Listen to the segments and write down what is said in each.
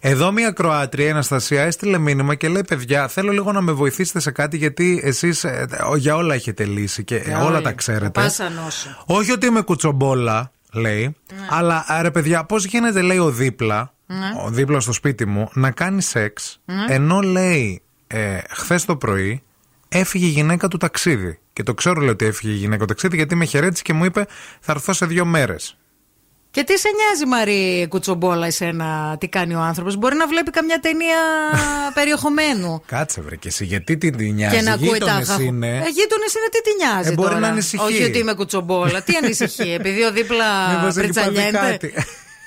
Εδώ μια Κροάτρια, η Αναστασία, έστειλε μήνυμα και λέει: Παιδιά, θέλω λίγο να με βοηθήσετε σε κάτι, γιατί εσείς για όλα έχετε λύσει και Για Ναι, όλα όλα. τα ξέρετε. Πάσα νόσο. Όχι ότι είμαι κουτσομπόλα, λέει, Ναι. αλλά ρε παιδιά, πώς γίνεται, λέει, ο δίπλα, ο δίπλα στο σπίτι μου, να κάνει σεξ, Ναι. ενώ λέει ε, χθες το πρωί έφυγε η γυναίκα του ταξίδι. Και το ξέρω, λέει, ότι έφυγε η γυναίκα του ταξίδι, γιατί με χαιρέτησε και μου είπε: Θα έρθω σε δύο μέρες. Και τι σε νοιάζει, Μαρή Κουτσομπόλα, εσένα, τι κάνει ο άνθρωπος. Μπορεί να βλέπει καμιά ταινία περιεχομένου. Κάτσε βρε και εσύ, γιατί την την νοιάζει. και να ακούει Ε, τα Γείτονες αγα- είναι. Ε, γείτονες είναι, τι τη νοιάζει. Ε, μπορεί τώρα. να ανησυχεί. Όχι ότι είμαι κουτσομπόλα. τι ανησυχεί, επειδή ο δίπλα Μήπως έχει πάθει πριτσαλιέται. κάτι.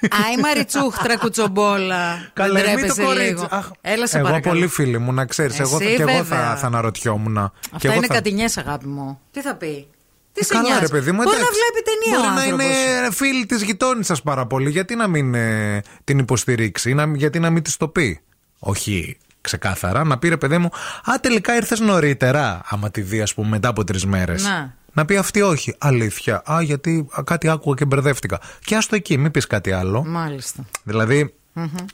Α, η Μαριτσούχτρα κουτσομπόλα. Καλά, Δεν μην το τρέπεσαι κορίτσι. λίγο. Αχ, Έλα σε εγώ παρακαλώ. πολύ φίλη μου, να ξέρεις. Εγώ, Εσύ, και εγώ θα, βέβαια. θα αναρωτιόμουν. και Αυτά εγώ είναι θα... Ε, κατηνιές αγάπη μου. Τι θα πει. Τι σε Καλά, νοιάζει. ρε παιδί μου. Μπορεί να εντάξει. βλέπει ταινία Μπορεί ο να άνθρωπος. είναι φίλη της γειτόνισσα πάρα πολύ. Γιατί να μην ε, την υποστηρίξει, να, γιατί να μην της το πει. Όχι ξεκάθαρα, να πει ρε παιδί μου, Α, τελικά ήρθες νωρίτερα. Άμα τη δει, ας πούμε, μετά από τρεις μέρες. Να. Να πει αυτή όχι. Αλήθεια. Α, γιατί α, κάτι άκουγα και μπερδεύτηκα. Και άστο εκεί, μην πεις κάτι άλλο. Μάλιστα. δηλαδη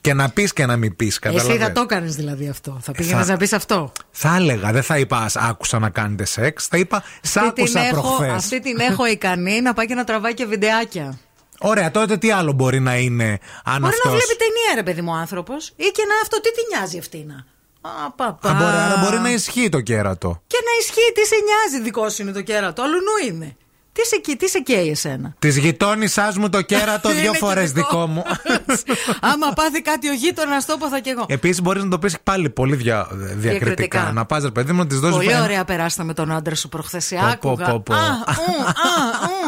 και να πεις και να μην πεις, Εσύ θα κατάλαβε. το έκανες δηλαδή αυτό. Θα πήγαινε Ε, θα- να πεις αυτό. Θα έλεγα, δεν θα είπα «Ας άκουσα να κάνετε σεξ, θα είπα σ' Αυτή την άκουσα έχω- προχθές. Αυτή την έχω ικανή να πάει και να τραβάει και βιντεάκια. Ωραία, τότε τι άλλο μπορεί να είναι αν Μπορεί αυτό. να βλέπει ταινία, ρε παιδί μου, ο άνθρωπος. ή και να αυτό, τι τη νοιάζει αυτή να. Α, παπά. Μπορεί, άρα μπορεί να ισχύει το κέρατο. Και να ισχύει, τι σε νοιάζει, δικό σου είναι το κέρατο. Αλλουνού είναι. Τι σε, καί- τι σε καίει εσένα. Της γειτόνισά μου το κέρατο Είναι δύο φορές κοινικό. δικό μου. Άμα πάθει κάτι ο γείτονας, το είπα θα κι εγώ. Επίσης μπορείς να το πεις πάλι πολύ δια, διακριτικά. Διακριτικά. Να πας, ρε παιδί μου, να της δώσεις Πολύ ωραία περάστα με τον άντρα σου προχθές πω, Άκουγα. Α, πω, πω. ου, α, ου,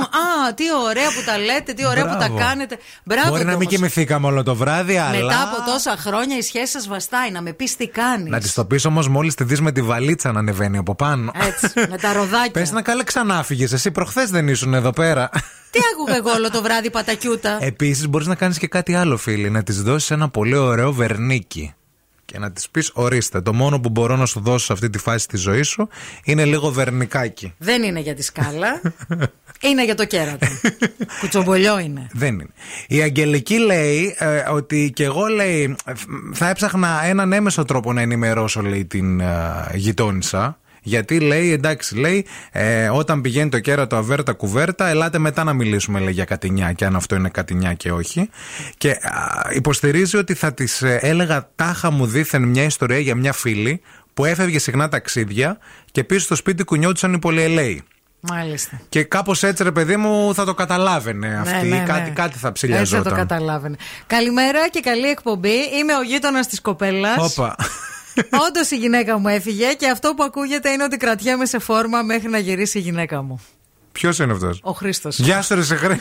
α, τι ωραία που τα λέτε, τι ωραία που τα κάνετε. Μπράβο Μπορεί του να μην όμως. κοιμηθήκαμε όλο το βράδυ, αλλά. Μετά από τόσα χρόνια η σχέση σας βαστάει, να με πεις τι κάνεις. Να τη το πεις όμως μόλις τη δεις με τη βαλίτσα να ανεβαίνει από πάνω. Έτσι, με τα ροδάκια. Πες να καλά ξανάφυγες. Εσύ προχθές δεν ήσουν εδώ πέρα. Τι άκουγα εγώ όλο το βράδυ Ε. πατακιούτα. Επίσης, μπορείς να κάνεις και κάτι άλλο, φίλη. Να της δώσεις ένα πολύ ωραίο βερνίκι. Και να της πεις: Ορίστε, το μόνο που μπορώ να σου δώσω σε αυτή τη φάση της ζωής σου είναι λίγο βερνικάκι. Δεν είναι για τη σκάλα. είναι για το κέρατο. Κουτσομπολιό είναι. Δεν είναι. Η Αγγελική λέει ε, ότι και εγώ λέει θα έψαχνα έναν έμεσο τρόπο να ενημερώσω λέει την ε, γειτόνισσα. Γιατί λέει, εντάξει, λέει, ε, όταν πηγαίνει το κέρατο αβέρτα κουβέρτα, ελάτε μετά να μιλήσουμε λέει, για κατηνιά και αν αυτό είναι κατηνιά και όχι. Και α, υποστηρίζει ότι θα της έλεγα τάχα μου δήθεν μια ιστορία για μια φίλη που έφευγε συχνά ταξίδια και πίσω στο σπίτι κουνιόντουσαν οι πολυελαίοι. Μάλιστα. Και κάπως έτσι, ρε παιδί μου, θα το καταλάβαινε Ε, αυτή. Ναι, ναι, ναι. Κάτι, κάτι θα Έτσι θα ψηλιαζόταν. το καταλάβαινε. Καλημέρα και καλή εκπομπή. Είμαι ο γείτονας της κοπέλας. Όπα. Όντως η γυναίκα μου έφυγε και αυτό που ακούγεται είναι ότι κρατιέμαι σε φόρμα μέχρι να γυρίσει η γυναίκα μου. Ποιος είναι αυτός. Ο Χρήστος. Γεια σου, ρε σε χρέ-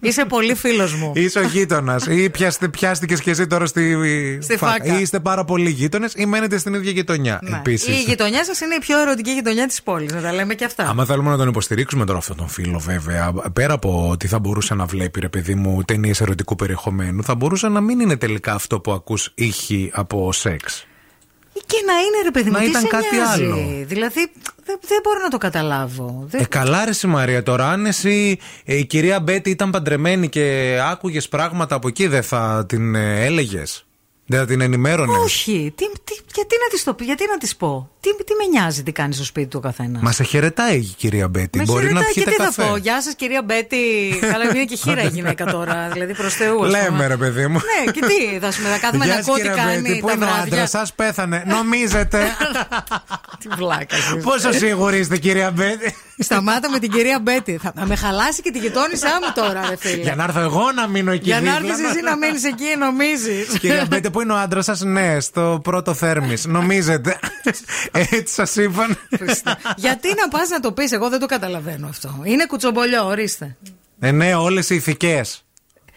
Είσαι πολύ φίλος μου. Είσαι ο γείτονας. ή πιάστηκε και εσύ τώρα στη, Στη φάκα. Ή είστε πάρα πολλοί γείτονες ή μένετε στην ίδια γειτονιά. Ναι. Επίσης. Η γειτονιά σας είναι η πιο ερωτική γειτονιά της πόλης, να τα λέμε και αυτά. Άμα θέλουμε να τον υποστηρίξουμε τώρα αυτόν τον φίλο, βέβαια, πέρα από ότι θα μπορούσε να βλέπει ρε παιδί μου ταινίες ερωτικού περιεχομένου, θα μπορούσε να μην είναι τελικά αυτό που ακούς ήχη από σεξ. Ή Ε, Και να είναι ρε παιδί μου, Να τι ήταν σε κάτι νοιάζει? άλλο. Δηλαδή δεν, δεν μπορώ να το καταλάβω. Δεν- Ε, καλά ρε εσύ, Μαρία τώρα, αν εσύ ε, η κυρία Μπέτη ήταν παντρεμένη και άκουγες πράγματα από εκεί δεν θα την ε, έλεγες, δεν θα την ενημέρωνες. Όχι, τι, τι, γιατί να της το πει, γιατί να της πω. Τι, τι με νοιάζει τι κάνει στο σπίτι του ο καθένας. Μα σε χαιρετάει η κυρία Μπέτη, Με μπορεί να χαιρετάει και πιείτε τι καφέ. θα πω. Γεια σας, κυρία Μπέτη. Καλά, είναι και χείρα η γυναίκα τώρα. Δηλαδή προς Θεού. ας πούμε. Λέμε, ρε παιδί μου. Ναι, και τι θα σου πει, θα κάθομαι να Γεια σας, ακούω τι κυρία Μπέτη, κάνει πού τα είναι ο βράδια. άντρας σας, πέθανε, νομίζετε. Τι βλάκα. σου. Πόσο σίγουροι είστε κυρία Μπέτη. Σταμάτα με την κυρία Μπέτη. Θα θα με χαλάσει και τη γειτόνισά μου τώρα, ρε Ε, φίλε. Για να έρθω εγώ να μείνω εκεί. Για να δίπλα. έρθεις εσύ να μένει εκεί, νομίζεις. Κυρία Μπέτη, πού είναι ο άντρας σας, ναι, στο πρώτο θέρμης. Νομίζετε. Έτσι σας είπαν. Γιατί να πας να το πεις, εγώ δεν το καταλαβαίνω αυτό. Είναι κουτσομπολιό, ορίστε. Ε, ναι, όλες οι ηθικές.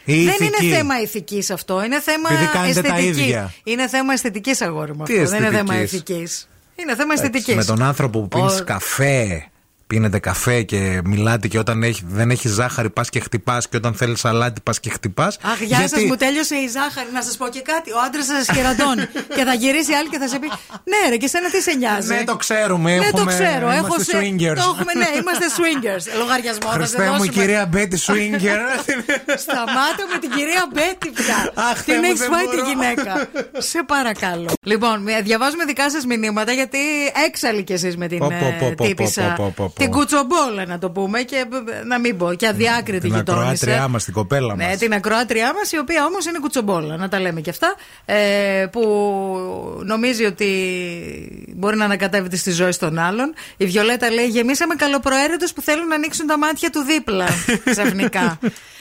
Η Δεν ηθική. είναι θέμα ηθικής αυτό. Είναι θέμα Επειδή κάνετε τα αισθητική. ίδια. Είναι θέμα αισθητικής αγόρι μου. Τι αυτό, Δεν είναι θέμα αισθητικής? ηθικής. Είναι θέμα Εντάξει, αισθητικής. Με τον άνθρωπο που πίνεις Ο- καφέ, πίνετε καφέ και μιλάτε και όταν έχει, δεν έχει ζάχαρη πας και χτυπάς και όταν θέλεις σαλάτι πας και χτυπάς. Αχ, γεια σας, σας, μου τέλειωσε η ζάχαρη. Να σας πω και κάτι. Ο άντρας σας χαιραντώνει. και θα γυρίσει άλλη και θα σε πει Ναι, ρε, και σένα τι σε νοιάζει. Ναι, το ξέρουμε. Ναι, έχουμε, το ξέρω. Είμαστε Έχω σε- swingers. Το έχουμε, ναι, είμαστε swingers. Λογαριασμό θα σε Χριστέ μου, η δώσουμε. κυρία Μπέτη Σουίνγκερ. Σταμάτα με την κυρία Μπέτη πια. Αχ, Θεέ την μου, έχεις δεν πάει μπορώ. τη γυναίκα. Σε παρακαλώ. Λοιπόν, μια- διαβάζουμε δικά σας μηνύματα γιατί έξαλλοι κι εσείς με την Πω, πω, ε, πω, πω, πω, τύπησα. πω, πω, πω, πω. Την κουτσομπόλα να το πούμε και ε, να μην πω. Και αδιάκριτη Την ακροάτριά γειτόνισσα. μας, την κοπέλα μα. Ναι, την ακροάτριά μας, η οποία όμως είναι κουτσομπόλα, να τα λέμε και αυτά. Ε, που νομίζει ότι μπορεί να ανακατεύεται στη ζωή των άλλων. Η Βιολέτα λέει: Γεμίσαμε καλοπροαίρετους που θέλουν να ανοίξουν τα μάτια του δίπλα ξαφνικά.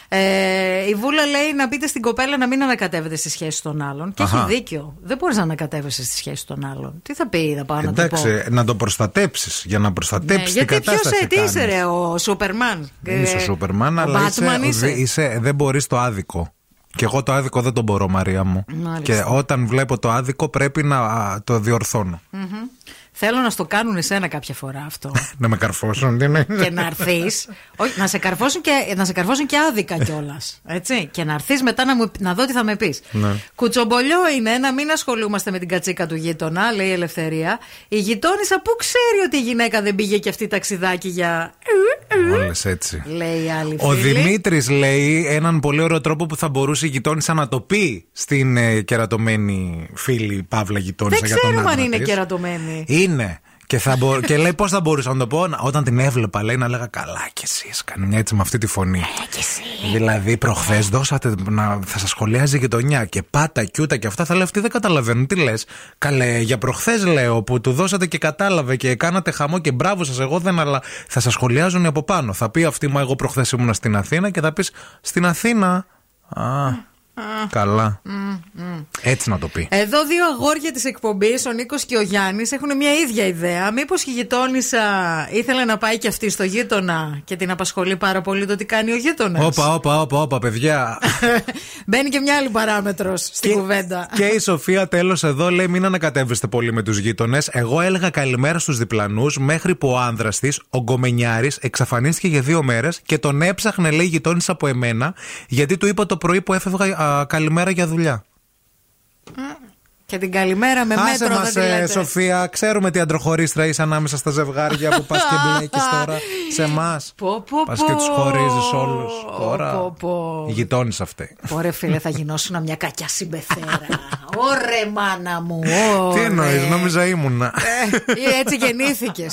Ε, η Βούλα λέει να πείτε στην κοπέλα να μην ανακατεύεται στη σχέση των άλλων. Και Αχα. έχει δίκιο. Δεν μπορείς να ανακατεύεσαι στη σχέση των άλλον. Τι θα πει, θα πάω να το πω. Εντάξει, να το προστατέψεις. Για να Ναι, προστατέψει την γιατί ποιος κατάσταση. τι είσαι, κάνεις. ρε, ο Σούπερμαν. Δεν είσαι ο Σούπερμαν, αλλά είσαι, Ε, Batman είσαι. δε- είσαι- δεν μπορείς το άδικο. Και εγώ το άδικο δεν τον μπορώ, Μαρία μου. Μάλιστα. Και όταν βλέπω το άδικο, πρέπει να α, το διορθώνω. Μμμ. Θέλω να στο κάνουν εσένα κάποια φορά αυτό. να με καρφώσουν, τι είναι. και να έρθεις. Όχι, να σε καρφώσουν και, να σε καρφώσουν και άδικα κιόλας. Έτσι. Και να έρθεις μετά να, μου, να δω τι θα με πεις. Ναι. Κουτσομπολιό είναι να μην ασχολούμαστε με την κατσίκα του γείτονα, λέει η Ελευθερία. Η γειτόνισσα που ξέρει ότι η γυναίκα δεν πήγε και αυτή ταξιδάκι για. Όλε έτσι. λέει η άλλη. Ο φίλη. Δημήτρης λέει έναν πολύ ωραίο τρόπο που θα μπορούσε η γειτόνισσα να το πει στην ε, κερατωμένη φίλη Παύλα Δεν γειτόνισσα για τον ξέρουμε αν άντρα είναι της. κερατωμένη. Είναι. Και, θα μπο- και λέει πώς θα μπορούσα να το πω. Να- Όταν την έβλεπα, λέει να λέγα καλά κι εσείς. Κάνει μια έτσι με αυτή τη φωνή. Δηλαδή, προχθές δώσατε να θα σας σχολιάζει η γειτονιά και πάτα, κιούτα και αυτά. Θα λέει αυτοί δεν καταλαβαίνουν. Τι λες. Καλέ, για προχθές λέω που του δώσατε και κατάλαβε και κάνατε χαμό και μπράβο σας. Εγώ δεν, αλλά θα σας σχολιάζουν οι από πάνω. Θα πει αυτή, μα εγώ προχθές ήμουν στην Αθήνα και θα πεις στην Αθήνα. Α, καλά. Έτσι να το πει. Εδώ δύο αγόρια της εκπομπής, ο Νίκος και ο Γιάννης, έχουν μια ίδια ιδέα. Μήπως η γειτόνισσα ήθελε να πάει και αυτή στο γείτονα και την απασχολεί πάρα πολύ το τι κάνει ο γείτονας. Όπα, όπα, όπα, όπα, παιδιά. Μπαίνει και μια άλλη παράμετρος στην κουβέντα. Και η Σοφία τέλος εδώ λέει: Μην ανακατεύεστε πολύ με τους γείτονες. Εγώ έλεγα καλημέρα στους διπλανούς μέχρι που ο άνδρας της, ο Γκομενιάρης, εξαφανίστηκε για δύο μέρες και τον έψαχνε, λέει, γειτόνισσα από εμένα, γιατί του είπα το πρωί που έφευγα α, καλημέρα για δουλειά. Και την καλημέρα με Άσε μέτρο μας δεν τη λέτε. ε, Σοφία, ξέρουμε τι αντροχωρίστρα είσαι ανάμεσα στα ζευγάρια που πας και μπλέκεις τώρα σε εμά. Πω, πω, Πας και πω. του χωρίζεις όλους. Πω, Τώρα. πω. Γειτόνισσα αυτή. Ωραία, φίλε, θα γινώσουν μια κακιά συμπεθέρα. Ωρε, μάνα μου. Τι ωρε. εννοεί, νόμιζα ήμουνα. Ε, Έτσι γεννήθηκες.